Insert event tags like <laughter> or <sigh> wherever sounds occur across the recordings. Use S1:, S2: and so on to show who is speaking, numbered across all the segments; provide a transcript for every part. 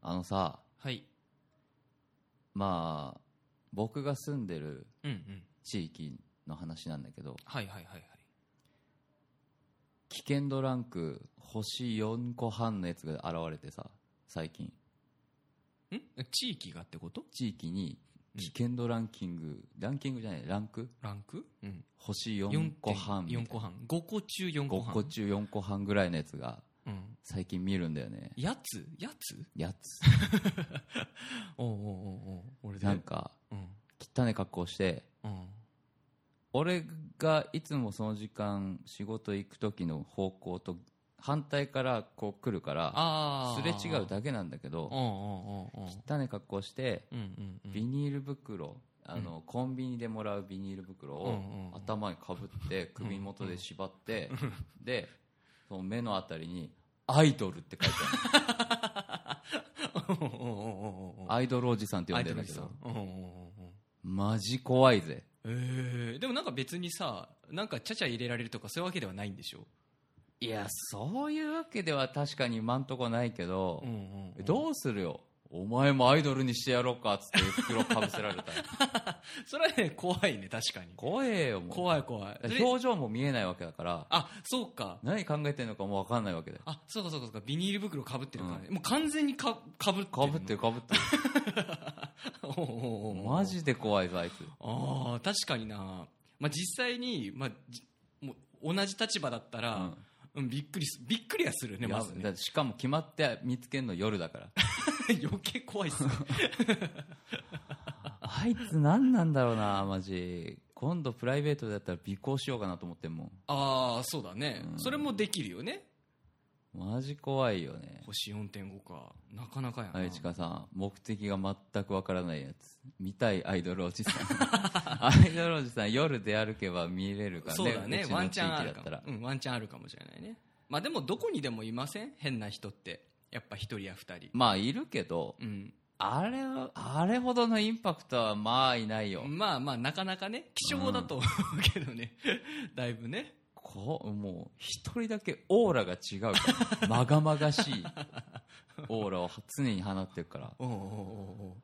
S1: あのさ、
S2: はい。
S1: まあ、僕が住んでる
S2: うんうん。
S1: 地域の話なんだけど、
S2: はいはいはいはい。
S1: 危険度ランク星4個半のやつが現れてさ、最近、
S2: ん地域がってこと
S1: 地域に危険度ランキング、ランキングじゃない、ランク
S2: ランクうん。
S1: 星4個半みたい
S2: 4
S1: な。
S2: 個半。5個中4個
S1: 5
S2: 半。
S1: 個中4個半ぐらいのやつが
S2: うん。
S1: 最近見るんだよね。
S2: やつやつ
S1: やつ。
S2: おうおうおうおう俺で。
S1: なんか、
S2: うん。
S1: 汚い格好して、
S2: うん。
S1: 俺がいつもその時間仕事行く時の方向と反対からこう来るから
S2: あ
S1: す
S2: あ。
S1: れ違う
S2: け。
S1: だけなんだけ
S2: うんう
S1: ど
S2: んうんうん。
S1: 汚い格好して
S2: うんうんうん。
S1: ビニール袋あのコンビニでもらうビニール袋
S2: うん
S1: を
S2: うんうん
S1: 頭にかぶって首元で縛ってでその目のあたりに「アイドル」って書いて
S2: <laughs>
S1: ある
S2: おうおうおうおうおう
S1: アイドルおじさんって呼んでるんだけ
S2: アイ
S1: ど
S2: ドルさんうんうんうんうん。
S1: マジ怖いぜ
S2: えー、でもなんか別にさ、なんかちゃちゃ入れられるとかそういうわけではないんでしょ
S1: いやそういうわけでは確かに今んとこないけど、
S2: うんうん、うん。
S1: どうするよお前もアイドルにしてやろうかっつって袋かぶせら
S2: <laughs>
S1: れた
S2: それはね、怖いね、確かに。
S1: 怖えよもう
S2: 怖い怖い。それ
S1: 表情も見えないわけだから
S2: あ、そうか。
S1: 何考えてんのかもう分かんないわけ
S2: <laughs>
S1: だよ
S2: あ、そうかそうかそうか。ビニール袋かぶってるからね。もう完全にか、かぶってる
S1: か
S2: の。
S1: ぶってるかぶってる
S2: <laughs> おうおうおう
S1: <laughs> マジで怖いぞあいつ
S2: ああ、確かにな。まあ、実際に、まあ、じもう同じ立場だったら、うん、びっくりす、びっくりはするね、
S1: いや
S2: まず
S1: だっ
S2: ね。
S1: てしかも決まって見つけんの夜だから
S2: <laughs> 余計怖
S1: <laughs>
S2: いっすね。
S1: あいつ何なんだろうなマジ今度プライベートだったら尾行しようかなと思ってんも
S2: ああ、そうだね。それもできるよね。
S1: んマジ怖いよね
S2: 星4.5か。なかなかやな。
S1: あいちかさん目的が全くわからないやつ見たいアイドルお
S2: <laughs>
S1: じさんアイドルおじさん夜で歩けば見れるから
S2: そうだね
S1: ちの
S2: ワンチャンある
S1: 地
S2: か
S1: 域だった
S2: も
S1: ら、
S2: うん、ワンチャンあるかもしれないねまあでもどこにでもいません変な人ってやっぱ一人や二人
S1: まあいるけど
S2: うん
S1: あれはあれほどのインパクトはまあいないよ、
S2: まあまあなかなかね希少だと思うけどね、 <laughs> だいぶね
S1: こうもう一人だけオーラが違うからまがまがし
S2: <laughs>
S1: いオーラを常に放ってるから
S2: おうおうおうお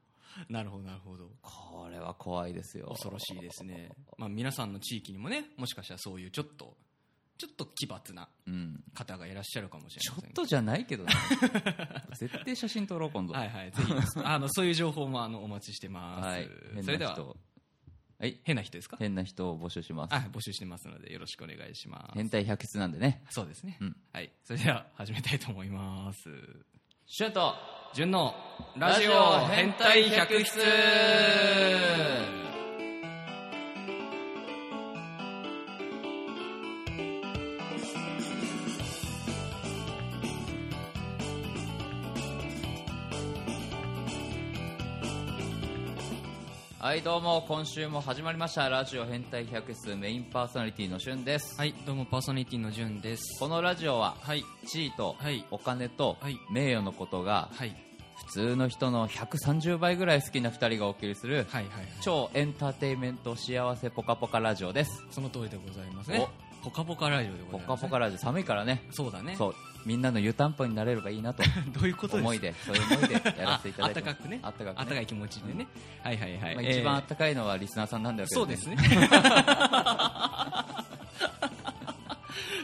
S2: うなるほどなるほど
S1: これは怖いですよ
S2: 恐ろしいですねまあ皆さんの地域にもねもしかしたらそういうちょっとちょっと奇抜な
S1: うん
S2: 方がいらっしゃるかもしれ
S1: ちょ
S2: ませ
S1: っ
S2: んけど
S1: とじゃないけ
S2: <laughs>
S1: どね絶対写真撮ろう今度
S2: はいはいぜ <laughs> ひあのそういう情報もあのお待ちしてます、
S1: はい
S2: それでは
S1: はい
S2: 変な人ですか
S1: 変な人を募集します
S2: あ募集してますのでよろしくお願いします
S1: 変態百出なんでね
S2: そうですね、
S1: うん
S2: はいそれでは始めたいと思います
S1: シュート
S2: 純のラジオ変態百出
S1: はいどうも今週も始まりましたラジオ変態百出メインパーソナリティのしゅんです、
S2: はいどうもパーソナリティの純です
S1: このラジオは
S2: はい
S1: 地位と
S2: はい
S1: お金と
S2: はい
S1: 名誉のことが
S2: はい
S1: 普通の人の130倍ぐらい好きな2人がお送りする
S2: はいはいはい
S1: 超エンターテインメント幸せぽかぽかラジオです
S2: その通りでございますねポカポカラジオでござ
S1: ぽ
S2: い
S1: か
S2: ます、
S1: ぽ
S2: ね、
S1: かラジオ寒いからね
S2: そうだね
S1: そうみんなの湯たんぽになれればいいなと
S2: <laughs> どういうことです
S1: 思いでそういう思いでやらせていただいて
S2: あ暖かくね
S1: あったかくね
S2: あったかい気持ちでね、はいはいはい、
S1: まあ、一番あ
S2: え
S1: ったかいのはリスナーさんなんだ
S2: ー
S1: けど、
S2: そうですね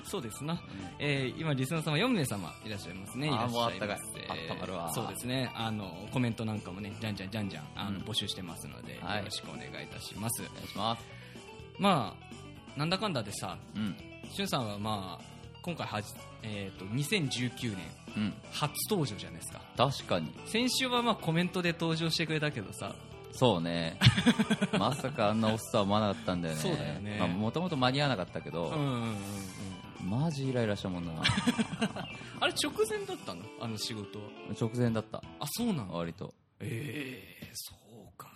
S2: そうですな、えー今リスナー様4名様いらっしゃいますねいら
S1: あー
S2: っしゃいま
S1: もう
S2: す
S1: あったかいあったまるわ
S2: そうですねあのコメントなんかもねじゃんじゃんじゃんじゃんあの、
S1: うん
S2: 募集してますので、
S1: はい
S2: よろしくお願いいたします
S1: お願いします
S2: まあなんだかんだでさ
S1: うん
S2: しゅんさんはまあ今回はじ、えー、と2019年
S1: うん
S2: 初登場じゃないですか
S1: 確かに
S2: 先週はまあコメントで登場してくれたけどさ
S1: そう
S2: <laughs>
S1: ねまさかあんなおっさんは思わなかったんだよね
S2: そうだよね
S1: まあ、もともと間に合わなかったけ
S2: うん
S1: ど、
S2: うんうんうん
S1: マジイライラしたもんな
S2: あれ直前だったのあの仕事は
S1: 直前だった
S2: あそうなの
S1: 割と
S2: ええそうか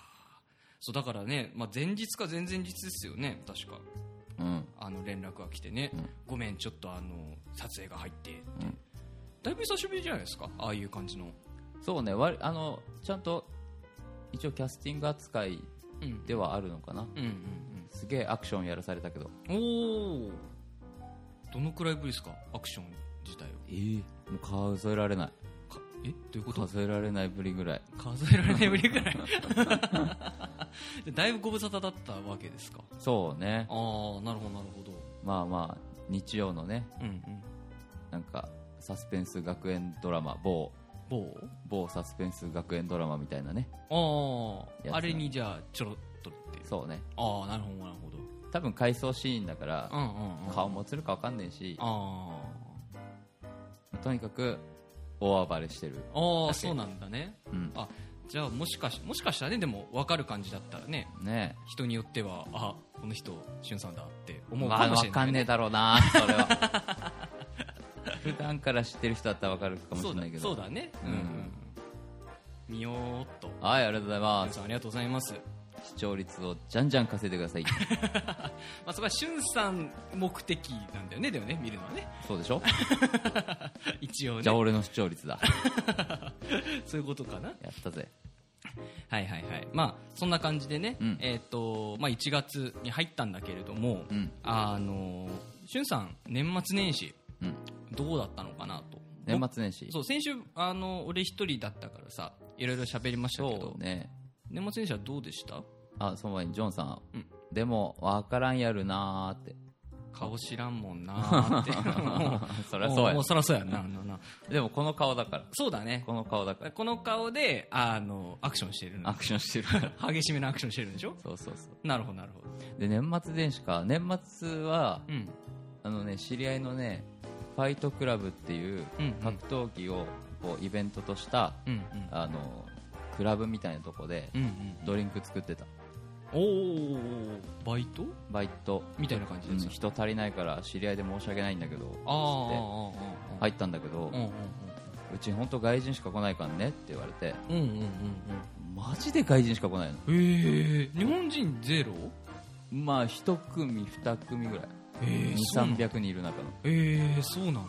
S2: そうだからね、まあ、前日か前々日ですよね確か
S1: うん
S2: あの連絡が来てね、
S1: うん
S2: ごめんちょっとあの撮影が入ってって、
S1: うん
S2: だいぶ久しぶりじゃないですかああいう感じの
S1: そうねわりあのちゃんと一応キャスティング扱い
S2: うん
S1: ではあるのかな
S2: うんうん
S1: すげえアクションやらされたけど
S2: うんおおどのくらいぶりですかアクション自体を
S1: ええもう数えられない
S2: かえどういうこと
S1: 数えられないぶりぐらい
S2: 数えられないぶり <laughs> ぐらいでだいぶご無沙汰だったわけですか
S1: そうね
S2: ああなるほどなるほど
S1: まあまあ日曜のね
S2: うんうん
S1: なんかサスペンス学園ドラマ某
S2: 某
S1: 某サスペンス学園ドラマみたいなね
S2: あ
S1: やつ
S2: あ
S1: な
S2: あれにじゃあちょろっとって
S1: そうね
S2: ああなるほどなるほど
S1: 多分回想シーンだから
S2: うんうん、うん、
S1: 顔も映るか分かんねえし
S2: あ
S1: とにかく大暴れしてる、
S2: ああ
S1: だ
S2: あ
S1: け
S2: そうなんだね
S1: うん、
S2: あじゃあもしかしもしかしたらねでも分かる感じだったらね
S1: ねえ
S2: 人によってはあこの人しゅんさんだって思う
S1: ま
S2: か
S1: あ
S2: もしれ
S1: 分
S2: な
S1: か
S2: い、
S1: んねえだろうなそれは <laughs> 普段から知ってる人だったら分かるかもし
S2: そ
S1: れ
S2: う
S1: な
S2: だ
S1: いけど
S2: そうだねうん、うん
S1: うん
S2: 見よーっと
S1: はいありがとうございま
S2: しゅん
S1: す
S2: さんありがとうございます、ま
S1: 視聴率をじゃんじゃん稼いでください
S2: あ、そこはしゅんさん目的なんだよねでもね見るのは <laughs> ね
S1: <laughs> そうでしょ
S2: 一応ね
S1: じゃあ俺の視聴率だ
S2: そういうことかな
S1: やったぜ
S2: はいはいはいまあそんな感じでね、
S1: うん
S2: えーっ、とまあ1月に入ったんだけれども、
S1: うん
S2: あのしゅんさん年末年始
S1: うん
S2: どうだったのかなと
S1: 年末年始
S2: そう先週あの俺一人だったからさいろいろ喋りましたけど、
S1: そうね
S2: 年末年始はどうでした
S1: あその前にジョンさん、
S2: うん
S1: でも分からんやるな <laughs> ーって
S2: 顔知らんもんなーって
S1: <laughs> そりゃそう
S2: も
S1: や
S2: うそりゃそうやななな
S1: でもこの顔だから
S2: そうだね
S1: この顔だから
S2: この顔であのアクションしてるの
S1: アクションしてるから
S2: 激しめのアクションしてるんでしょ
S1: <laughs> そうそうそう
S2: なるほどなるほど
S1: で年末年始か年末は
S2: うん
S1: あのね知り合いのねファイトクラブっていう
S2: うんうん
S1: 格闘技をこうイベントとした、
S2: うん
S1: あのクラブみたいなとこで
S2: うんうん
S1: ドリンク作ってた
S2: うんおおバイト
S1: バイト、
S2: みたいな感じ
S1: う
S2: で
S1: ん
S2: すよ、
S1: 人足りないから知り合いで申し訳ないんだけどつって
S2: ああああああ
S1: 入ったんだけど、
S2: うんうん
S1: うち本当外人しか来ないからねって言われて
S2: うんうんうん
S1: マジで外人しか来ないの
S2: うんうんへえ日本人ゼロ
S1: まあ1組2組ぐらい
S2: ええそうなんだ
S1: 2300人いる中の
S2: ええそうなんだ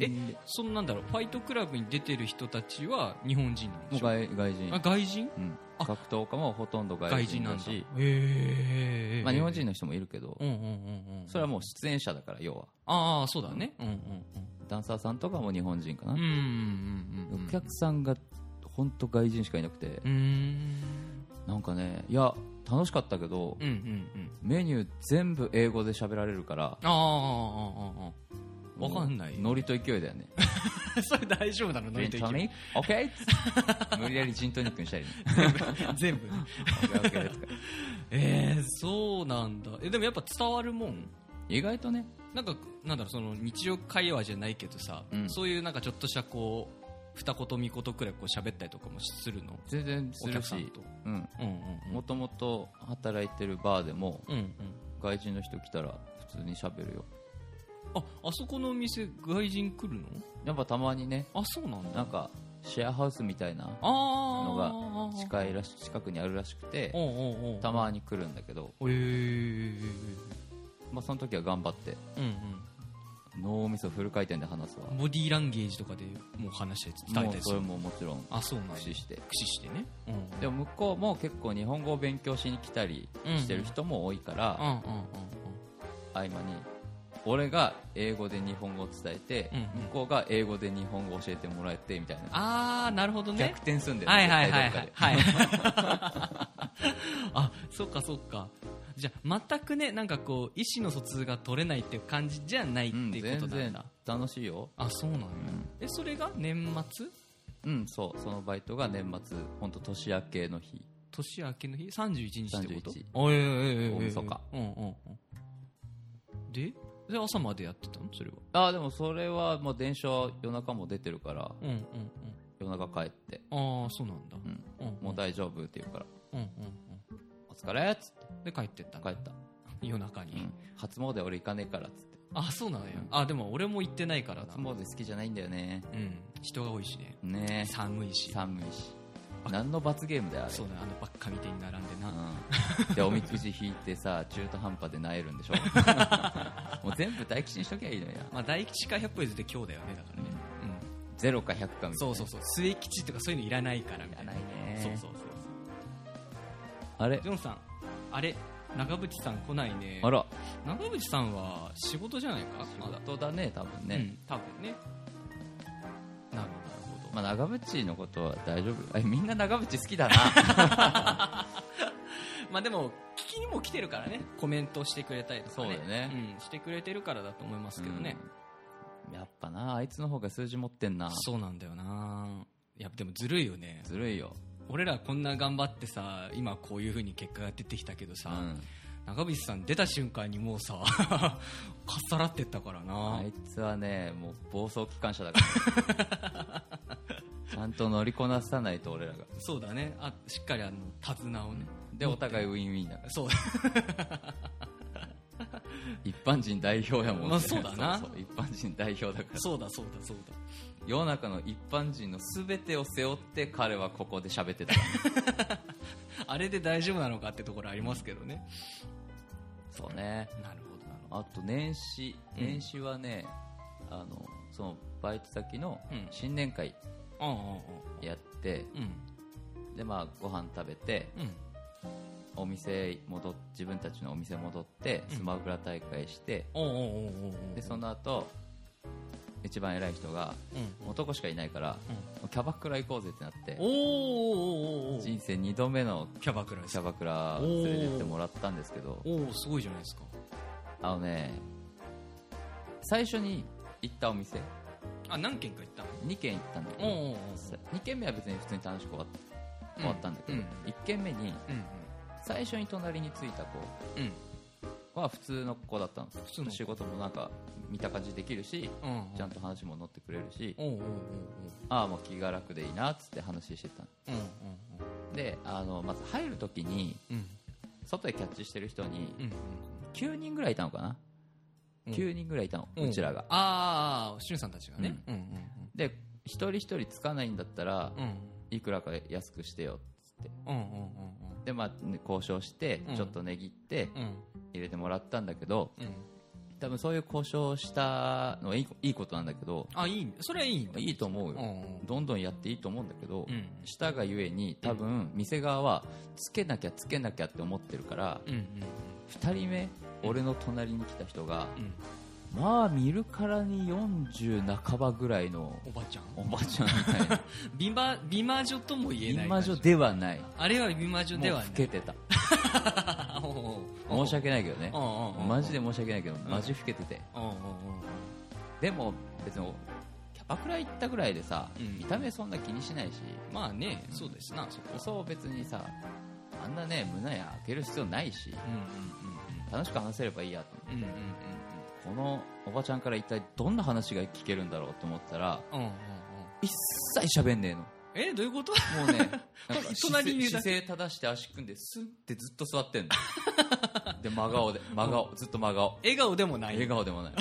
S2: え
S1: んで
S2: そのなんだろうファイトクラブに出てる人たちは日本人なん
S1: も
S2: で
S1: う
S2: しょ
S1: 外外人
S2: あ外人
S1: うん、
S2: あ
S1: 格闘家もほとんど外
S2: 外
S1: 人
S2: 人な
S1: だ
S2: んだ
S1: し
S2: へ、え
S1: まあ、日本
S2: の
S1: 人の人もいるけど、
S2: うんうんうんうん
S1: それはもう出演者だから要は
S2: ああそうだねうんうん
S1: ダンサーさんとかも日本人かな、
S2: うんうんうんうんうん
S1: お客さんが本当外人しかいなくて、
S2: うーん
S1: なんかねいや楽しかったけど、
S2: うんうんうん
S1: メニュー全部英語で喋られるから
S2: ああああああわかんない
S1: ノリと勢いだよね <laughs>
S2: あそれ大丈夫なのノリと
S1: ジント
S2: 勢い
S1: ニックオッケーっつ <laughs> って無理やりジントニックにしたりね
S2: <laughs> 全
S1: <laughs>
S2: 部
S1: オッケーオッケーとか
S2: ええそうなんだえでもやっぱ伝わるもん
S1: 意外とね
S2: なんかなんだろうその日常会話じゃないけどさ、
S1: うん
S2: そういうなんかちょっとしたこう二言三言くらいこう喋ったりとかもするの
S1: 全然す
S2: お
S1: る
S2: 客さん
S1: し
S2: と
S1: うん
S2: うんうんう
S1: も
S2: ん
S1: ともと働いてるバーでも
S2: うんうん
S1: 外人の人来たら普通に喋るよ
S2: ああそこのお店外人来るの
S1: やっぱたまにね
S2: あそうなんだ
S1: なんかシェアハウスみたいな
S2: ああ
S1: のが近いらし近くにあるらしくて
S2: おうおうおう
S1: たまに来るんだけど、
S2: へえ
S1: まあ、その時は頑張って
S2: うん
S1: 脳みそフル回転で話すわ
S2: うんボディーランゲージとかでもう話したり伝え
S1: もう
S2: たりす
S1: それ
S2: る
S1: ももちろん
S2: あそうなんだ
S1: 駆使して
S2: 駆使してねうんうん
S1: でも向こうも結構日本語を勉強しに来たりしてる人も多いから、
S2: うんうん
S1: 合間に俺が英語で日本語を伝えて、
S2: うんうん
S1: 向こうが英語で日本語を教えてもらえてみたいな
S2: ああなるほどね
S1: 逆転すんだよ
S2: はい
S1: ね
S2: はいはい
S1: 絶
S2: は
S1: 対ど
S2: い
S1: っ、か
S2: はい、
S1: <laughs>
S2: あそっかそっかじゃあ全くねなんかこう意思の疎通が取れないっていう感じじゃないっ
S1: でうん
S2: ていうこと
S1: 全
S2: なんだ
S1: 然、楽しいよ
S2: あそうなんや、
S1: ん
S2: えそれが年末
S1: うんそうそのバイトが年末本当年明けの日
S2: 年明けの日31日ってこと
S1: 31
S2: あいやいやいやいや
S1: 大晦日
S2: うんうんうんでで朝までやってたのそれは
S1: ああでもそれはもう電車夜中も出てるから
S2: うんうん
S1: 夜中帰って、
S2: うんああそうなんだ
S1: うん、
S2: うん
S1: もう大丈夫って言うから
S2: うんうん
S1: お疲れっつって
S2: うんで帰ってったの
S1: 帰った、
S2: 夜中
S1: う
S2: に、
S1: ん、初詣俺行かねえからっつって
S2: あそうなんやあでも俺も行ってないからな
S1: 初詣好きじゃないんだよね
S2: うん人が多いしね
S1: ねえ
S2: 寒いし
S1: 寒いし
S2: あ
S1: 何の罰ゲームだよあれ
S2: そうねあのばっかみてに並んでな、
S1: うん、でおみくじ引いてさ中途半端でなえる <laughs> んでしょもう全部大吉にしときゃいいのや
S2: まあ、大吉か百歩譲って今日だよねだからね、うん
S1: ゼロか100かみたいな
S2: そうそうそう末吉とかそういうのいらないからみたいない
S1: らないね
S2: そうそうそうそ
S1: あれ
S2: うジョンさんあれ長渕さん来ないね
S1: あら
S2: 長渕さんは仕事じゃないかまだ
S1: 仕事だね多分
S2: う
S1: ね、
S2: ん多分ねなるほどなるほど
S1: まあ、長渕のことは大丈夫あみんな長渕好き <laughs> だな
S2: まあでも聞きにも来てるからねコメントしてくれたりとかね
S1: そうだよね
S2: うん、してくれてるからだと思いますけどね、
S1: うんやっぱなあいつの方が数字持ってんな
S2: そうなんだよないやでもずるいよね
S1: ずるいよ、
S2: 俺らこんな頑張ってさ今こういう風に結果が出てきたけど
S1: う
S2: さ、
S1: ん、
S2: 長渕さん出た瞬間にもうさ <laughs> かっさらってったからな、
S1: あいつはねもう暴走機関車だから
S2: <laughs>
S1: ちゃんと乗りこなさないと俺らが
S2: そうだねあしっかりあの手綱をね
S1: でお互いウィンウィンだから
S2: そう
S1: 一般人代表やもん
S2: まあそうだな
S1: そうそう一般人代表だから
S2: <laughs> そうだそうだそうだ
S1: 世の中の一般人の全てを背負って彼はここで喋ってたから
S2: <laughs> あれで大丈夫なのかってところありますけどね
S1: そうね
S2: なるほどな
S1: あ
S2: る
S1: と年始
S2: うん
S1: 年始はね、あのそのバイト先の
S2: うん
S1: 新年会
S2: ほどうん
S1: やって、
S2: うんうん
S1: でまあご飯食べて
S2: うん
S1: お店戻っ自分たちのお店戻って
S2: うん
S1: スマブラ大会して、
S2: おうおうおうおうおう
S1: でその後一番偉い人が
S2: うん
S1: 男しかいないから、キャバクラ行こうぜってなって
S2: おうおうおうおうおう
S1: 人生2度目の
S2: キャバクラで
S1: キ
S2: す
S1: ャバクラ連れてってもらったんですけど
S2: おおすごいじゃないですか
S1: あのね最初に行ったお店
S2: あ何軒か行ったの
S1: 2軒行ったんだけ
S2: おう
S1: ど
S2: おうおう
S1: 2軒目は別に普通に楽しく終わっ
S2: うん
S1: 終わったんだけど、
S2: うん
S1: 1軒目に
S2: うん
S1: 最初に隣についた子
S2: うんうん
S1: は普通の子だったの
S2: 通の子
S1: 仕事もなんか見た感じできるし
S2: うん
S1: ちゃんと話も乗ってくれるし
S2: おうおうおうおう
S1: ああもう気が楽でいいなっつって話してたの
S2: うんうん
S1: であのまず入る時に
S2: うん
S1: 外でキャッチしてる人に
S2: うん
S1: 9人ぐらいいたのかな、
S2: うん
S1: 9人ぐらいいたの、
S2: うん
S1: うちらが
S2: ああしゅんさんたちがねうんうん
S1: で一人一人つかないんだったら、
S2: うん
S1: いくらか安くしてよっつって
S2: うんうんうん
S1: でまあね交渉して
S2: うん
S1: ちょっと値切って
S2: うんうん
S1: 入れてもらったんだけど
S2: うん
S1: 多分そういう交渉したのはいいいいことなんだけど
S2: あいいそれはいいんだ
S1: いいと思う
S2: うん
S1: よ
S2: うん
S1: どんどんやっていいと思うんだけど
S2: うん
S1: したがゆえに多分店側はつけなきゃつけなきゃって思ってるから
S2: うんうん
S1: 2人目俺の隣に来た人が
S2: うん
S1: まあ見るからに40半ばぐらいの
S2: おばちゃん
S1: おばちゃんみたいな
S2: 美魔美魔女とも言えない
S1: 美魔女ではない
S2: あれは美魔女
S1: もう
S2: では
S1: 老
S2: ない
S1: けてた申し訳ないけどねマ
S2: マ
S1: ジで申し訳ないけど
S2: ん
S1: マジ老けてて
S2: うんうんうん
S1: でも別にキャバクラ行ったぐらいでさ
S2: うん
S1: 見た目そんな気にしないし
S2: まあねそうですなそこは
S1: そう別にさあんなね胸や開ける必要ないし
S2: うんうん
S1: 楽しく話せればいいやと思
S2: うんうんうん
S1: ってこのおばちゃんから一体どんな話が聞けるんだろうと思ったら
S2: うんうんうんうんうん
S1: 一切喋んねえの
S2: えどういうこと
S1: も
S2: <laughs>
S1: うねなんか
S2: 隣にいるだ
S1: 姿勢姿勢正して足組んでスンってずっと座ってんの
S2: <laughs>
S1: で真顔で真顔ずっと真顔
S2: 笑顔でもない
S1: 笑顔でもない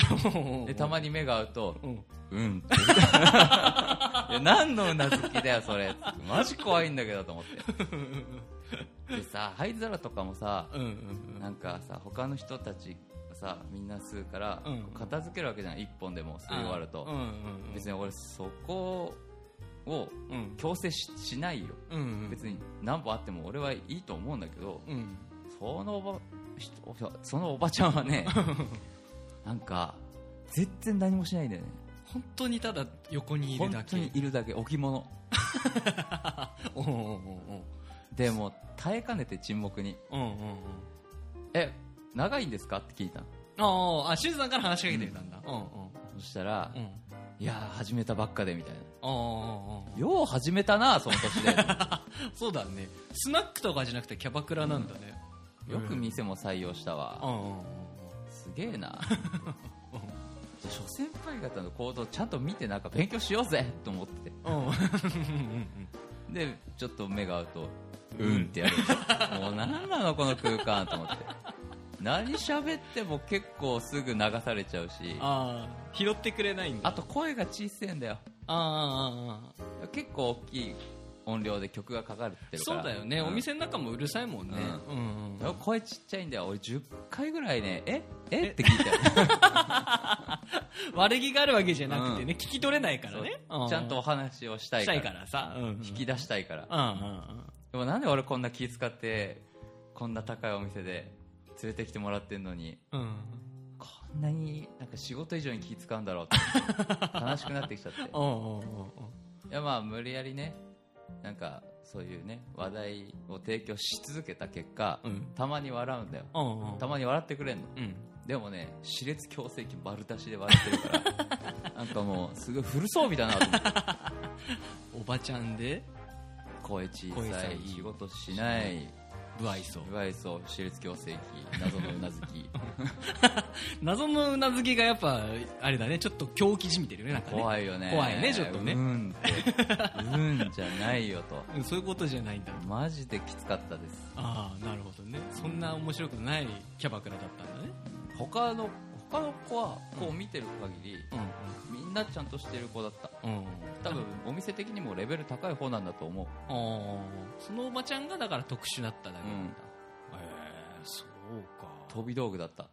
S1: でたまに目が合うと
S2: うん
S1: うん
S2: <laughs>
S1: っていや何のうなずきだよそれマジ怖いんだけどと思ってでさ灰皿とかもさ
S2: うんうん
S1: なんかさ他の人たちがさみんな吸うから、
S2: うん
S1: こう片付けるわけじゃん一本でも吸い終わると、
S2: うんうん
S1: 別に俺そこを
S2: うん
S1: 強制ししないよ
S2: うんうん
S1: 別に何本あっても俺はいいと思うんだけど
S2: うん
S1: そのおばひおそのおばちゃんは
S2: <laughs>
S1: ねなんか全然何もしないんだよね
S2: 本当にただ横にいる
S1: 本
S2: だ
S1: 当
S2: け
S1: にいるだけ置物
S2: <laughs> おうおうおうおう
S1: でもう耐えかねて沈黙に
S2: うんうんうん
S1: 「え長いんですか?」って聞いたの
S2: あああしゅんさんから話しかけてみたんだうんうん
S1: そしたら
S2: うん
S1: 「いやー始めたばっかで」みたいな
S2: ああ
S1: 「よう始めたなその年で」 <laughs>
S2: そうだねスナックとかじゃなくてキャバクラなんだね
S1: よく店も採用したわ、
S2: うんうんうん
S1: すげ <laughs> えなじゃあ諸先輩方の行動ちゃんと見てなんか勉強しようぜと思ってて
S2: うんうん
S1: でちょっと目が合うと「うん」ってやるもう何なのこの空間と思って何喋っても結構すぐ流されちゃうしあ
S2: ああ拾ってくれないんだ
S1: と声が小さいんだよ
S2: ああああああ
S1: 結構大きい音量で曲がかかるってるか
S2: そ
S1: ら
S2: うだよね、お店の中もうるさいもんね、うんうん
S1: うん声ちっちゃいんだよ俺10回ぐらいねええって聞いたよ
S2: 悪気があるわけじゃなくてね、聞き取れないから
S1: そう
S2: ね、
S1: ちゃんとお話をしたい
S2: し
S1: か
S2: た
S1: ら
S2: いからさ、うんうん、
S1: 引き出したいから
S2: うんうん
S1: でもなんで俺こんな気使ってこんな高いお店で連れてきてもらってんのに
S2: うんうん
S1: こん
S2: <laughs>
S1: なになんか仕事以上に気使うんだろうって悲しくなってきちゃって
S2: おうおうおうおう
S1: いやまあ無理やりねなんかそういうね話題を提供し続けた結果、
S2: うん
S1: たまに笑うんだよ、
S2: うんうん
S1: たまに笑ってくれんの
S2: うん
S1: でもね熾烈強制期丸出しで笑ってるから
S2: <laughs>
S1: なんかもうすごいフル装備だなと思って
S2: おばちゃんで
S1: 声小
S2: 声
S1: さ
S2: 小さ
S1: い
S2: い
S1: 仕事しない
S2: 不愛想
S1: いわゆるそう熾烈強制
S2: <laughs>
S1: 期謎のうなずき
S2: 謎のうなずきがやっぱあれだねちょっと狂気じみてるよねなんかね
S1: 怖いよね
S2: 怖いねちょっとね
S1: うんってうんじゃないよと
S2: うんそういうことじゃないんだ
S1: マジできつかったです
S2: ああなるほどねそんな面白くないキャバクラだったんだね
S1: 他の他の子はこう見てる限り、みんなちゃんとしてる子だった
S2: うんうんうん
S1: 多分お店的にもレベル高い方なんだと思う、
S2: あーそのおばちゃんがだから特殊だっただけなんだ、へえそうか
S1: 飛び道具だった、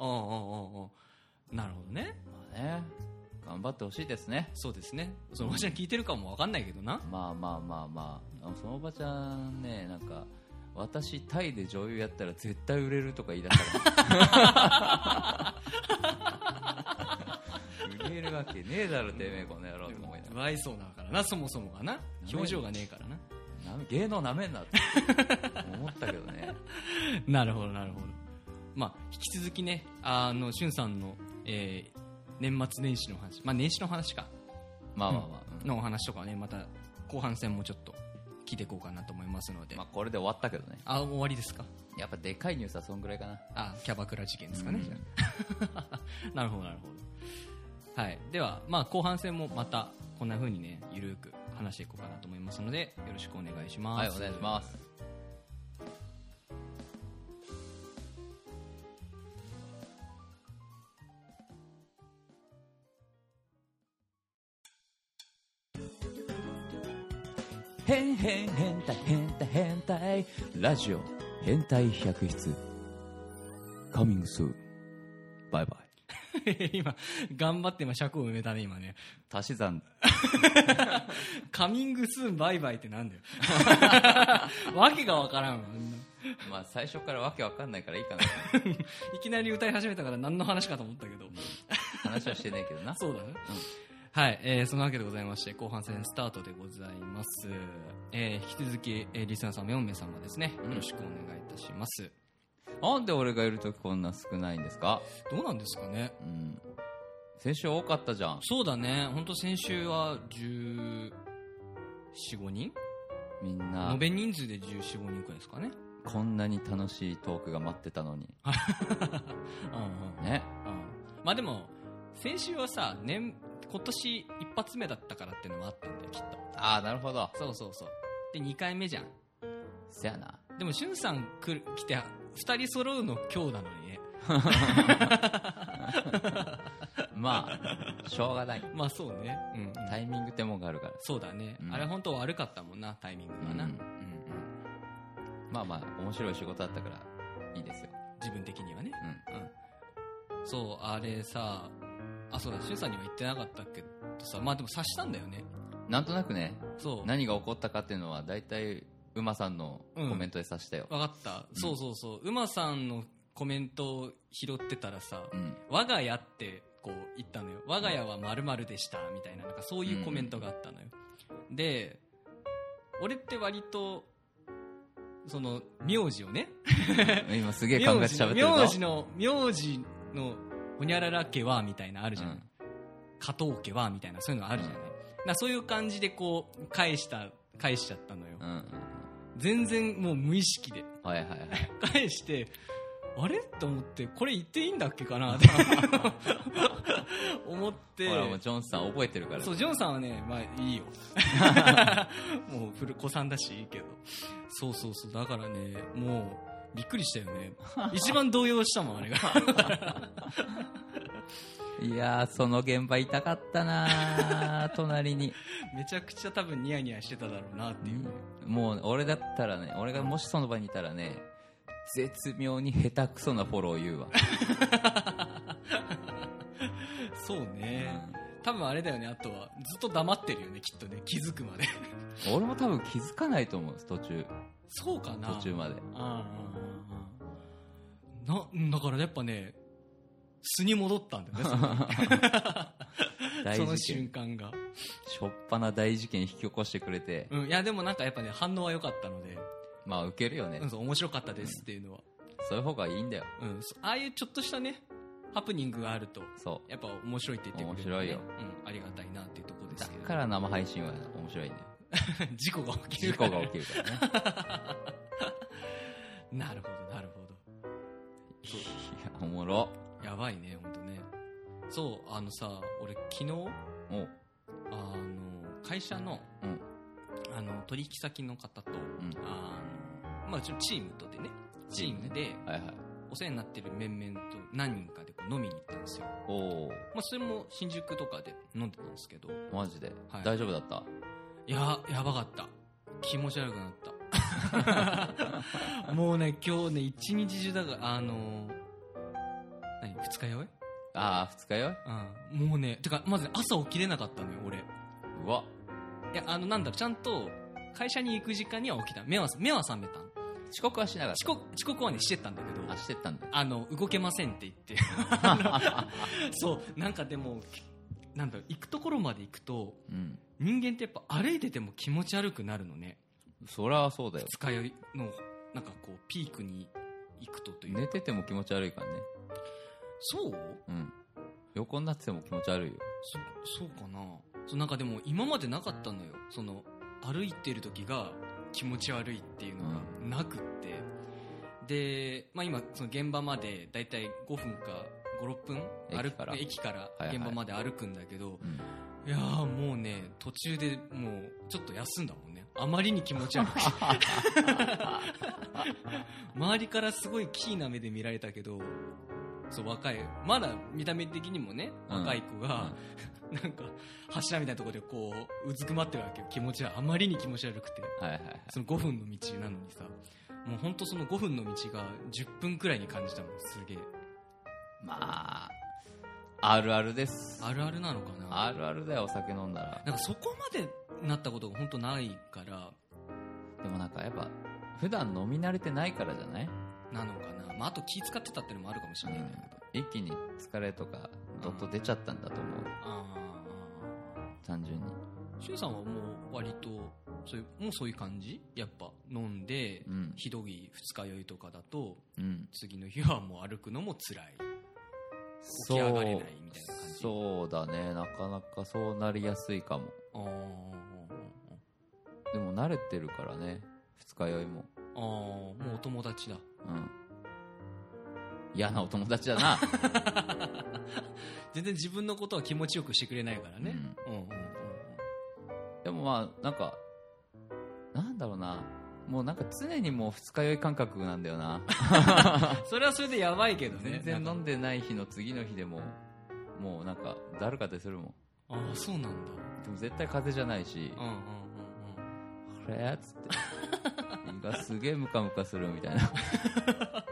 S2: うんうんうんうんなるほどね
S1: まあね、頑張ってほしいですね
S2: そうですねそのおばちゃん聞いてるかもわかんないけどな
S1: まあまあまあまああのそのおばちゃんねなんか私タイで女優やったら絶対売れるとか言い出したから売れるわけねえだろてめえこの野郎と思いながら
S2: 不愛想だからなそもそもがな
S1: め
S2: 表情がねえからな
S1: なめ芸能なめんなって思ったけどね
S2: なるほどなるほど、まあ、引き続きねあのしゅんさんの、えー年末年始の話、まあ、年始の話か
S1: まあまあまあ、うん
S2: のお話とかはねまた後半戦もちょっと聞いていこうかなと思いますので、
S1: まあこれで終わったけどね
S2: あ終わりですか
S1: やっぱでかいニュースはそんぐらいかな
S2: あキャバクラ事件ですかね、
S1: うん
S2: じゃあ <laughs> なるほどなるほど、はい、では、まあ、後半戦もまたこんな風にねゆるく話していこうかなと思いますのでよろしくお願いしま
S1: はい
S2: す
S1: お願いします変変変態変態変態ラジオ変態百室 Coming soon バイバイ
S2: <laughs> 今頑張って今尺を埋めたね今ね
S1: 足し算
S2: カミングスーンバイバイってなんだよ。 <laughs> わけがわからんわ。あんな
S1: まあ最初からわけわかんないからいいかな
S2: いきなり歌い始めたから何の話かと思ったけど。
S1: 話はしてないけどな
S2: そうだね。はい、えー、そのわけでございまして、後半戦スタートでございます。えー、引き続き、えー、リスナーさん4名様ですね。
S1: うん
S2: よろしくお願いいたします。
S1: なんで俺がいる時こんな少ないんですか
S2: どうなんですかね
S1: うん先週多かったじゃん
S2: そうだね、ほんと先週は14、5人
S1: みんな
S2: 延べ人数で14、5人くらいですかね。
S1: こんなに楽しいトークが待ってたのに
S2: うんうん。
S1: ね
S2: うんまあでも先週はさ年今年一発目だったからっていうのもあったんだよきっ
S1: ああなるほど
S2: とそうそうそうで2回目じゃん
S1: せやな
S2: でもしゅんさん来る来て2人揃うの今日なのにね
S1: ま
S2: <laughs>
S1: あしょうがない
S2: まあそうねうん、うん
S1: タイミングってもんがあるから
S2: そうだね、
S1: うん
S2: あれ本当悪かったもんなタイミングが
S1: うん
S2: な、うんうん
S1: まあまあ面白い仕事だったからいいですよ
S2: 自分的にはね
S1: う
S2: うんそうあれさあそうだしゅんさんには言ってなかったけどさまあでも察したんだよね
S1: んなんとなくね
S2: そう
S1: 何が起こったかっていうのは大体馬さんのコメントで察したよ
S2: わかった、そうそうそう馬さんのコメントを拾ってたらさ
S1: うん、
S2: 「我が家」ってこう言ったのよ「我が家はまるでした」みたいななんかそういうコメントがあったのよ、で俺って割とその名字をね
S1: 今すげ
S2: 名
S1: え
S2: 字
S1: 考えて喋ってるぞ
S2: 名字の名字のほにゃらら家はみたいなあるじゃない、
S1: うん
S2: 加藤家はみたいなそういうのあるじゃない、
S1: う
S2: なそういう感じでこう返した返しちゃったのよ、
S1: うんうん
S2: 全然もう無意識で
S1: はいはいはい
S2: 返してあれと思ってこれ言っていいんだっけかなって思って
S1: ほらもうジョンさん覚えてるから
S2: そうジョンさんはねまあ <laughs> いいよもう古子さんだしいいけどそうそうそうだからねもうびっくりしたよね一番動揺したもんあれが
S1: いやーその現場痛かったなー <laughs> 隣に
S2: <laughs> めちゃくちゃ多分ニヤニヤしてただろうなっていう、
S1: もう俺だったらね俺がもしその場にいたらね絶妙に下手くそなフォロー言うわ、
S2: そうね、多分あれだよねあとはずっと黙ってるよねきっとね気づくまで
S1: うん俺も多分気づかないと思う途中
S2: そうかな
S1: 途中まで
S2: あ <laughs> あなだからやっぱね素に戻ったんだよねその
S1: 大
S2: その
S1: 事件
S2: 瞬間が。
S1: しょっぱな大事件引き起こしてくれて、
S2: うん、いや、でもなんかやっぱね、反応は良かったので、
S1: まあ受けるよね、
S2: うん、そう面白かったですっていうのは。
S1: そういう方がいいんだよ
S2: うん、そああいうちょっとしたね、ハプニングがあると、
S1: そう
S2: やっぱ面白いって言ってくれる、ね。
S1: 面白いよ
S2: うん、ありがたいなっていうところで
S1: だ
S2: すけど。
S1: から生配信は面白いんだよ
S2: <laughs> 事故が起
S1: 事
S2: きるか
S1: 故
S2: ら。
S1: が起きるからね
S2: <laughs> なるほど、なるほ
S1: いやおもろ
S2: ど。やばいね、ほんとね。そう、あのさ、俺昨日、
S1: おう
S2: あの、会社の、
S1: うん
S2: あの、取引先の方と、
S1: ん
S2: あの、まあ、うちのチームとでね、チームで、
S1: はいはい
S2: お世話になってる面々と何人かでこう飲みに行ったんですよ。
S1: おおう
S2: まあ、それも新宿とかで飲んでたんですけど、
S1: マジで、
S2: はい
S1: 大丈夫だった
S2: いや、やばかった。気持ち悪くなった。もうね、今日ね、一日中だから、あの何二日酔い
S1: ああ二日酔い
S2: うん。もうね、てか、まずね、朝起きれなかったのよ、俺。いう
S1: わ
S2: や、あの、なんだろう、ちゃんと、会社に行く時間には起きた。目は、目は覚めたの。
S1: 遅刻はしなかった
S2: 遅刻、遅刻はね、してったんだけど、
S1: あしてったんだ
S2: あの、動けませんって言って。 <laughs> そう、なんかでも、なんだろう、行くところまで行くと、
S1: うん
S2: 人間ってやっぱ歩いてても気持ち悪くなるのね。
S1: そりゃそうだよ
S2: 二日酔いのなんかこうピークに行くとという、
S1: 寝てても気持ち悪いからね
S2: そう
S1: うん横になってても気持ち悪いよ
S2: そそうかなそうなんかでも今までなかったのよその歩いてる時が気持ち悪いっていうのがなくって、で、まあ、今その現場までだいたい5分か56分歩
S1: 駅
S2: く
S1: から
S2: 駅か
S1: い
S2: ら
S1: はい
S2: 現場まで歩くんだけど、
S1: うん
S2: いやーもうね途中でもうちょっと休んだもんねあまりに気持ち悪
S1: <laughs>
S2: くて周りからすごいキーな目で見られたけどそう若いまだ見た目的にもね
S1: うん
S2: 若い子が、なんか柱みたいなところでこううずくまってるわけよ気持ちはあまりに気持ち悪くて
S1: はいはいはい
S2: その5分の道なのにさもう本当その5分の道が10分くらいに感じたもんすげえ
S1: まああるあるです
S2: あるあるなのかな
S1: あるあるだよお酒飲んだら
S2: なんかそこまでなったことが本当ないから
S1: でもなんかやっぱ普段飲み慣れてないからじゃない、
S2: なのかな、まあ、あと気使ってたっていうのもあるかもしれないんだけど、
S1: 一気に疲れとかどっと出ちゃったんだと思う
S2: ああ
S1: 単純に
S2: しゅんさんはもう割とそういうもうそういう感じやっぱ飲んで、
S1: うん
S2: ひどい二日酔いとかだと
S1: うん
S2: 次の日はもう歩くのも辛い起き上がれないみたいな感じ
S1: そうそうだねなかなかそうなりやすいかも
S2: あー
S1: でも慣れてるからね二日酔いも
S2: あーもうお友達だ
S1: うん嫌なお友達だ <laughs> な
S2: 全然自分のことは気持ちよくしてくれないからね、うん、うんうん
S1: でもまあなんかなんだろうなもうなんか常にもう二日酔い感覚なんだよな
S2: それはそれでやばいけどね
S1: <laughs> 全然飲ん
S2: で
S1: でない日の次の日でももうなんかだるかったりするもん
S2: ああそうなんだ
S1: でも絶対風邪じゃないし
S2: うんうんうんうん
S1: 「これ?」っつって「胃がすげえムカムカする」みたいな <laughs>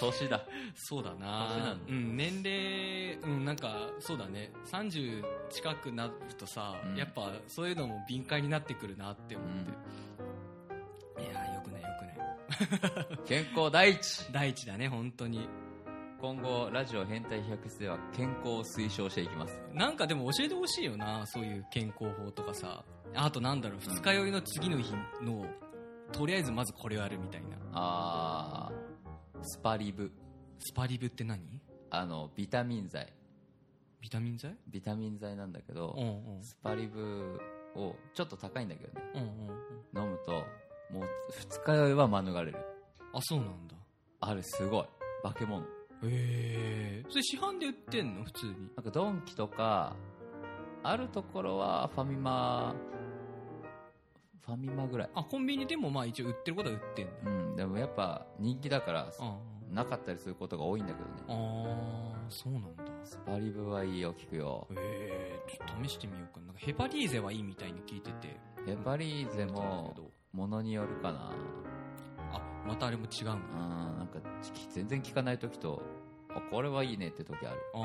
S1: 年だ
S2: そうだ
S1: 年な
S2: なん
S1: だ
S2: うん、年齢、うん、なんか、そうだね。30近くなるとさ、
S1: うん
S2: やっぱそういうのも敏感になってくるなって思って。いやー、よくないよくない。
S1: 健康第一
S2: 第一だね、本当に。
S1: 今後ラジオ変態百室では健康を推奨していきます
S2: なんかでも教えてほしいよな、そういう健康法とかさ。あとなんだろう、二日酔いの次の日の、とりあえずまずこれをやるみたいな。
S1: あースパリブ
S2: スパリブって何
S1: あのビタミン剤
S2: ビタミン剤
S1: ビタミン剤なんだけど、
S2: うんうん。
S1: スパリブをちょっと高いんだけどね
S2: うんうんうん。
S1: 飲むともう二日酔いは免れる
S2: あ、そうなんだ。
S1: あれすごい化け物
S2: へえ。それ市販で売ってんの普通に。
S1: なんかドンキとかあるところはファミマファミマぐらい
S2: あ、コンビニでもまあ一応売ってることは売ってんだ。
S1: うんでもやっぱ人気だから
S2: あ
S1: なかったりすることが多いんだけど
S2: あ
S1: ね
S2: ー、そうなんだ。
S1: スパリブはいいよ聞くよ
S2: ええちょっと試してみようかな。なんかヘパリーゼはいいみたいに聞いてて。
S1: ヘパリーゼ
S2: 思っ
S1: も
S2: たんだけど
S1: ものによるかな
S2: あ、またあれも違うの
S1: うんなんかき全然効かない時とあこれはいいねって時ある
S2: あ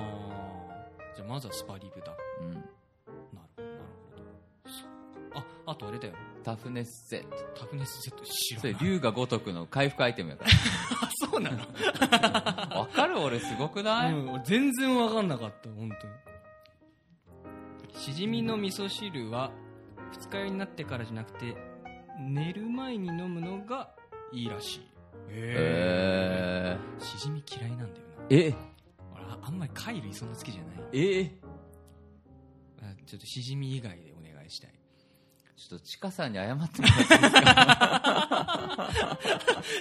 S2: ー、じゃあまずはスパリブだ。
S1: うん
S2: なるほど、なるほど。そうあ、あとあれだよ。
S1: タフネスセット
S2: タフネス Z 知
S1: それ
S2: らない。
S1: 龍が如くの回復アイテムやか
S2: あ、 <laughs> そうなの <laughs>
S1: らわかる俺すごくない、
S2: うん、俺全然わかんなかった、本当に。しじみの味噌汁は二日酔いになってからじゃなくて寝る前に飲むのがいいらしい
S1: え
S2: しじみ嫌いなんだよな
S1: ー、え
S2: 俺ああんまり貝類そんな好きじゃない
S1: えー
S2: あちょっとしじみ以外でお願いしたい
S1: ちょっとチカさんに謝ってもらっていいですか
S2: <laughs>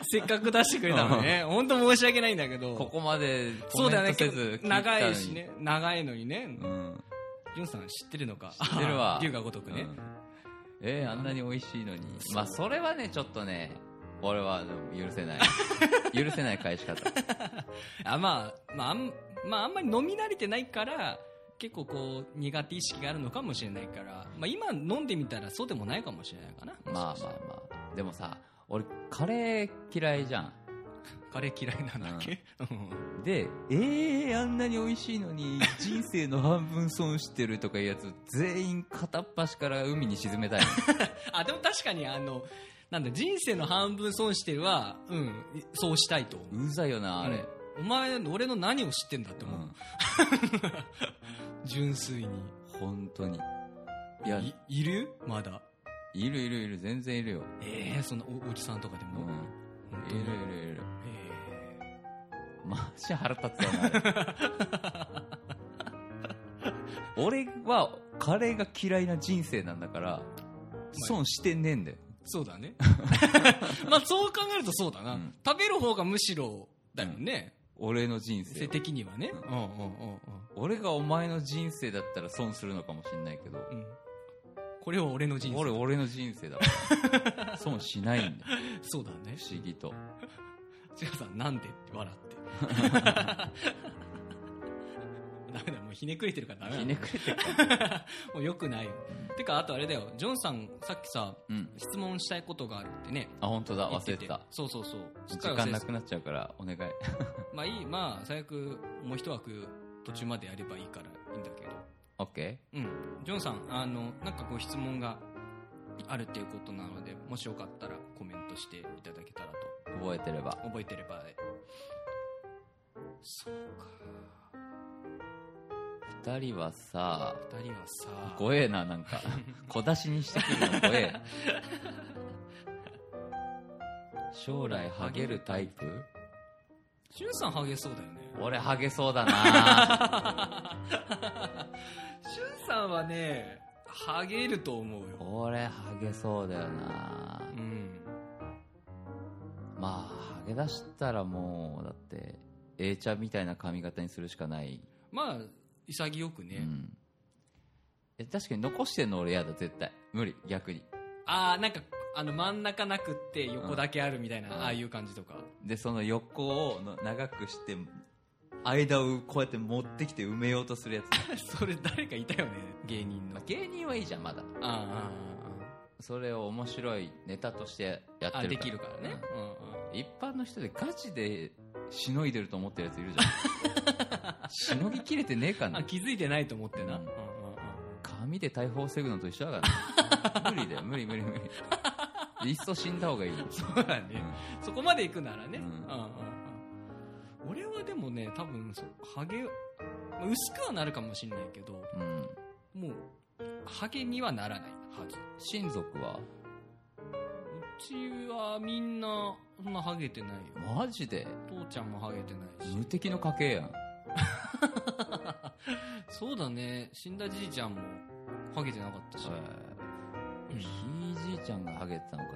S2: せっかく出してくれたのね本当申し訳ないんだけど
S1: ここまで
S2: そ
S1: コ
S2: うだよ
S1: メ
S2: ね
S1: ントせず
S2: 結構長いしね長いのに
S1: 聞
S2: ね
S1: いたのに、うん
S2: ジュンさん知ってるのか
S1: 知ってるわ
S2: 龍が如くね、
S1: うんえー、あんなに美味しいのに
S2: そう
S1: まあそれはねちょっとね俺はでも許せない許せない返し方
S2: あまあまああんまああんまり飲み慣れてないから結構こう苦手意識があるのかもしれないから、まあ、今飲んでみたらそうでもないかもしれないかな
S1: まあまあまあでもさ俺カレー嫌いじゃん
S2: カレー嫌いなんだっけ、
S1: でえー、あんなに美味しいのに人生の半分損してるとかいうやつ全員片っ端から海に沈めたいの
S2: あでも確かにあのなんだ人生の半分損してるは、うん、そうしたいと思う
S1: うざいよなあれ、
S2: うんお前俺の何を知ってんだって思う、
S1: うん
S2: 純粋に
S1: 本当にいや
S2: いいるまだ
S1: いるいるいる全然いるよ、
S2: ええそのおおじさんとかで
S1: う
S2: も、
S1: ん、
S2: 本
S1: い
S2: 当
S1: るい
S2: に
S1: るいる
S2: ええ
S1: マジ腹立つわなあれ <laughs> 俺はカレーが嫌いな人生なんだから損してねえんだよ
S2: そう
S1: <laughs>
S2: だね。まあそう考えるとそうだな。
S1: うん
S2: 食べる方がむしろだよね。
S1: 俺の人生
S2: 性
S1: を
S2: 的にはね。うんうんうん
S1: 俺がお前の人生だったら損するのかもしんないけど
S2: うんうん。これは俺の人
S1: 俺
S2: 生。
S1: 俺の人生だから
S2: <laughs>
S1: 損しないんだよ
S2: そうだね。
S1: 不思議と
S2: 千賀さんなんでって笑って。
S1: <laughs>
S2: ダメだ、もうひねくれてるからダメだ。
S1: ひねくれてる
S2: <laughs> もう良くないよ。てか、あとあれだよ。ジョンさん、さっきさ、
S1: うん
S2: 質問したいことがあるってね。
S1: あ本当だ
S2: 言っ
S1: 忘れてた
S2: そうそうそう。
S1: 時
S2: すっか
S1: 間
S2: り忘れ
S1: な
S2: てた
S1: くなっちゃうからお願い
S2: まあいい、まあ最悪、もう一枠途中までやればいいからいいんだけど。
S1: OK
S2: うん、ジョンさん、あの、なんかご質問があるっていうことなので、もしよかったらコメントしていただけたらと、
S1: 覚えてれば
S2: 覚えてれば。そうか。
S1: 二人はさ
S2: 二人はさ、
S1: 怖えななんか小出しにしてくるの怖え将来ハゲるタイプ
S2: ジュンさんハゲそうだよね。
S1: 俺ハゲそうだな
S2: ジュンさんはね、ハゲると思うよ。
S1: 俺ハゲそうだよな
S2: うん。
S1: まあハゲ出したらもうだって A ちゃんみたいな髪型にするしかない、
S2: まあ、潔くね。
S1: うんえ確かに残してんの俺やだ絶対無理逆に
S2: ああ、なんか、あの、真ん中なくって横だけあるみたいな、
S1: うん
S2: ああいう感じとか。 <laughs>
S1: でその横をの長くして間をこうやって持ってきて埋めようとするやつ
S2: それ誰かいたよね、芸人の。
S1: 芸人はいいじゃんまだ
S2: ああ、ああ、ああ。
S1: それを面白いネタとしてやってるから
S2: あできるからね、うん
S1: うん一般の人でガチでしのいでると思ってるやついるじゃん
S2: <laughs>
S1: しのぎきれてねえか
S2: うんあ
S1: な
S2: 気づいてないと思ってな、
S1: うん紙で大砲防ぐのと一緒だから
S2: <laughs>
S1: な無理だよ無理無理無理いっそ死んだ方がいいよ、
S2: そうだね、
S1: う
S2: そこまで行くならね、
S1: うん
S2: うんうんうん俺はでもね多分そうハゲまあ薄くはなるかもしれないけど
S1: んうん、
S2: もうハゲにはならないはずう
S1: 親族は
S2: ちはみんなそんなハゲてないよ
S1: マジで
S2: 父ちゃんもハゲてないし
S1: 無敵の家系やん
S2: そうだね死んだじいちゃんもハゲてなかったし、
S1: えーひいじいちゃんがハゲてたのか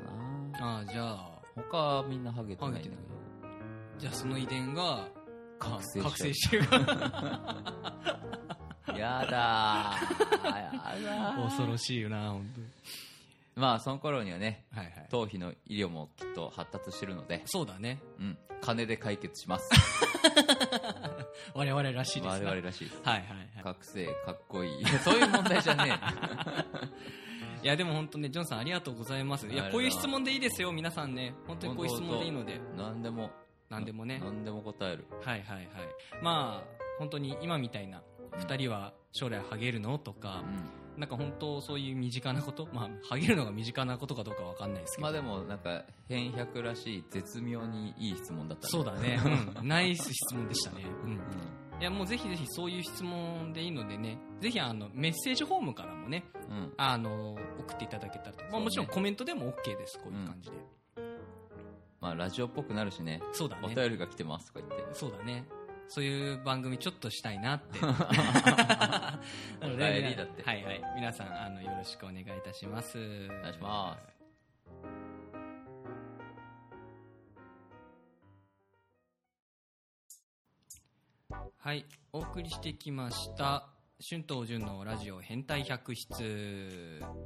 S1: な
S2: ああじゃあ
S1: 他はみんなハゲてないんだけ
S2: ハ
S1: ど
S2: ゲてじゃあその遺伝が
S1: 覚醒
S2: 覚
S1: し
S2: 醒
S1: て
S2: してる
S1: やだーやだー
S2: <laughs> <laughs> 恐ろしいよな本当に
S1: まあその頃にはね
S2: はいはい
S1: 頭皮の医療もきっと発達してるので、
S2: そうだね
S1: うん、金で解決し
S2: <laughs>
S1: ます
S2: 我々らしいです
S1: 我
S2: な
S1: 々らしいです
S2: はいはいは
S1: 覚醒かっこいいいやそういう問題じゃね
S2: いいやでも本当ねジョンさんありがとうございますい
S1: あ
S2: や
S1: りがと
S2: こ
S1: う
S2: ういう質問でいいですよ皆さんね本当にこういう質問でいいので
S1: え <laughs> 何でも
S2: 何でもね
S1: 何でも答える
S2: はいはいはいまあ本当に今みたいな2人は将来ハゲるのとか
S1: う、ん
S2: なんか本当そういう身近なこと、まあ、ハゲるのが身近なことかどうかわかんないですけど、
S1: まあでもなんか変百らしい絶妙にいい質問だったね <laughs>
S2: そうだね、うんナイス質問でしたね、うん
S1: う
S2: いや、もうぜひぜひそういう質問でいいのでね、ぜひあの、メッセージフォームからもね、
S1: うん
S2: あの、送っていただけたらと。
S1: そう
S2: まあ
S1: ね
S2: もちろんコメントでも OK です、こういう感じで。
S1: まあラジオっぽくなるしね
S2: そうだ
S1: お
S2: ね。
S1: 便りが来てますとか言って
S2: そうだね。そういう番組ちょっとしたい
S1: <laughs>
S2: なって。なの
S1: お
S2: で
S1: 便りだって
S2: はいはい。皆さん、あの、よろしくお願いいたします。お
S1: お願いします
S2: はい、お送りしてきました春藤潤のラジオ変態百室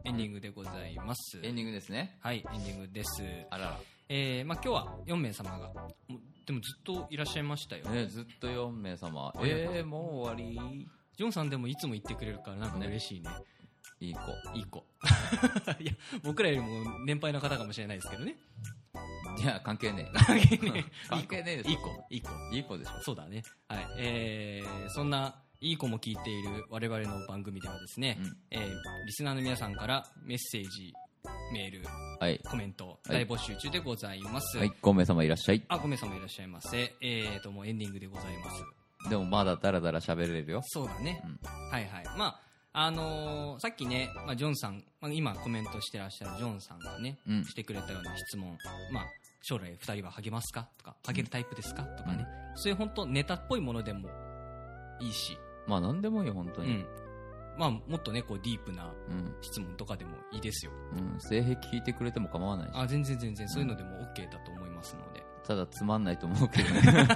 S2: エンディングでございます。
S1: エンディングですね
S2: はい、エンディングです。
S1: あら
S2: えー、まあ今日は4名様が、もうでもずっといらっしゃいましたよ。
S1: ら、ね、ずっと4名様えー、もう終わ
S2: ジョンさんでもいつも言ってくれるからなんか嬉しいね。
S1: りいい子
S2: いい子。いや、僕らよりも年配の方かもしれないですけどね。
S1: いや <laughs> 関係ね
S2: 関係ねえ。
S1: <laughs> 関係ねえでしょ
S2: <laughs> いい子、いい子。
S1: えいい子でしょ
S2: そうだね。はい。えー、そんな、いい子も聞いている我々の番組ではですね、
S1: うん
S2: えーリスナーの皆さんからメッセージ、メール、
S1: はい
S2: コメント、
S1: は
S2: 大
S1: い
S2: 募集中でございます。
S1: はい5名様いらっしゃい
S2: あ、ごめんさまいらっしゃいませ。えーと、もうエンディングでございます。
S1: でもまだダラダラ喋れるよ
S2: そうだね。
S1: うん
S2: はいはい。まあ、あのーさっきね、まあ、ジョンさん、まあ、今コメントしてらっしゃるジョンさんがね、
S1: うん
S2: してくれたような質問、まあ、将来二人は励ますかとか、励るタイプですかとかね、そういう本当ネタっぽいものでもいいし、
S1: まあ何でもいいよ本当
S2: う
S1: に
S2: ん。まあ、もっとね、こう、ディープな
S1: うん、
S2: 質問とかでもいいですよ。
S1: うん、性癖聞いてくれても構わないし
S2: あ、全然全然、そういうのでも OK だと思いますので。
S1: ただつまんないと思うけど
S2: <laughs>
S1: ね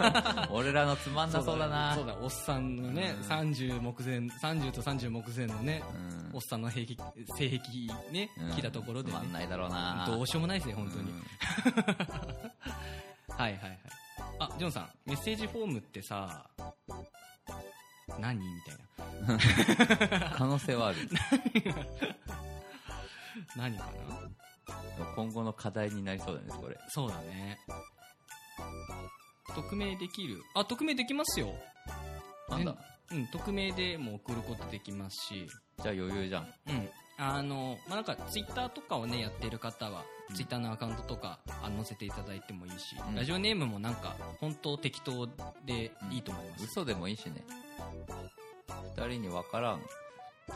S1: 俺らのつまんなそうだな
S2: そうだ、おっさんのね、
S1: うん
S2: 30目前、30と30目前のね、
S1: うん
S2: おっさんの兵器性癖ね、
S1: うん
S2: 聞いたところで、
S1: つ
S2: ね
S1: まんないだろうな
S2: どうしようもないですね、本当に。
S1: うん
S2: はいはいはい。あ、ジョンさん、メッセージフォームってさ、何みたい
S1: 可能性は
S2: <laughs>
S1: ある
S2: な。何かな
S1: 今後の課題になりそうだねこれ
S2: そうだね。匿名できるあ、匿名できますよ。
S1: なんだ
S2: 全うん、匿名でも送ることできますし、
S1: じゃあ余裕じゃん
S2: うん。あの、まあ、なんか、ツイッターとかをね、やってる方
S1: う
S2: は、
S1: ん
S2: ツイッターのアカウントとか、あ載せていただいてもいいし、
S1: うん
S2: ラジオネームもなんか、本当適当でいいと思います。
S1: 嘘でもいいしね二人に分からん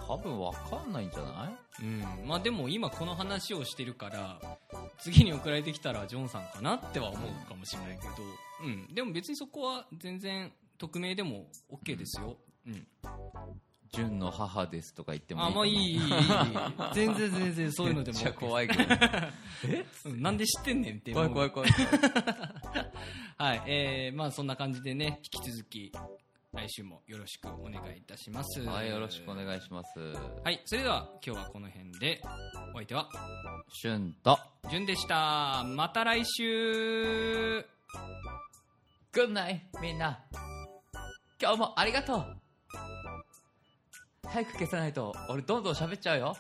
S1: 多分分かんないんじゃない
S2: うん。まあ、でも今この話をしてるから、次に送られてきたらジョンさんかなっては思うかもしれないけど、うん。でも別にそこは全然、匿名でも OK ですよ。うん。
S1: 純の母ですとか言ってもいい
S2: あ、まあいい、いい、いい。 <laughs> 全然全然そういうので
S1: <laughs>
S2: も
S1: めっちゃ
S2: OK。
S1: 怖いけど
S2: うんなんで知ってんねん <laughs> って。
S1: 怖い怖い怖い
S2: はい、えー、まあそんな感じでね、引き続き、来週もよろしくお願いいたします。
S1: <laughs> はいよろしくお願
S2: い。
S1: いします
S2: はい、それでは今日はこの辺で、お相手は、
S1: 俊と
S2: じゅんでした。また来週
S1: グッナイみんな今日もありがとう早く消さないと俺どんどん喋っちゃうよ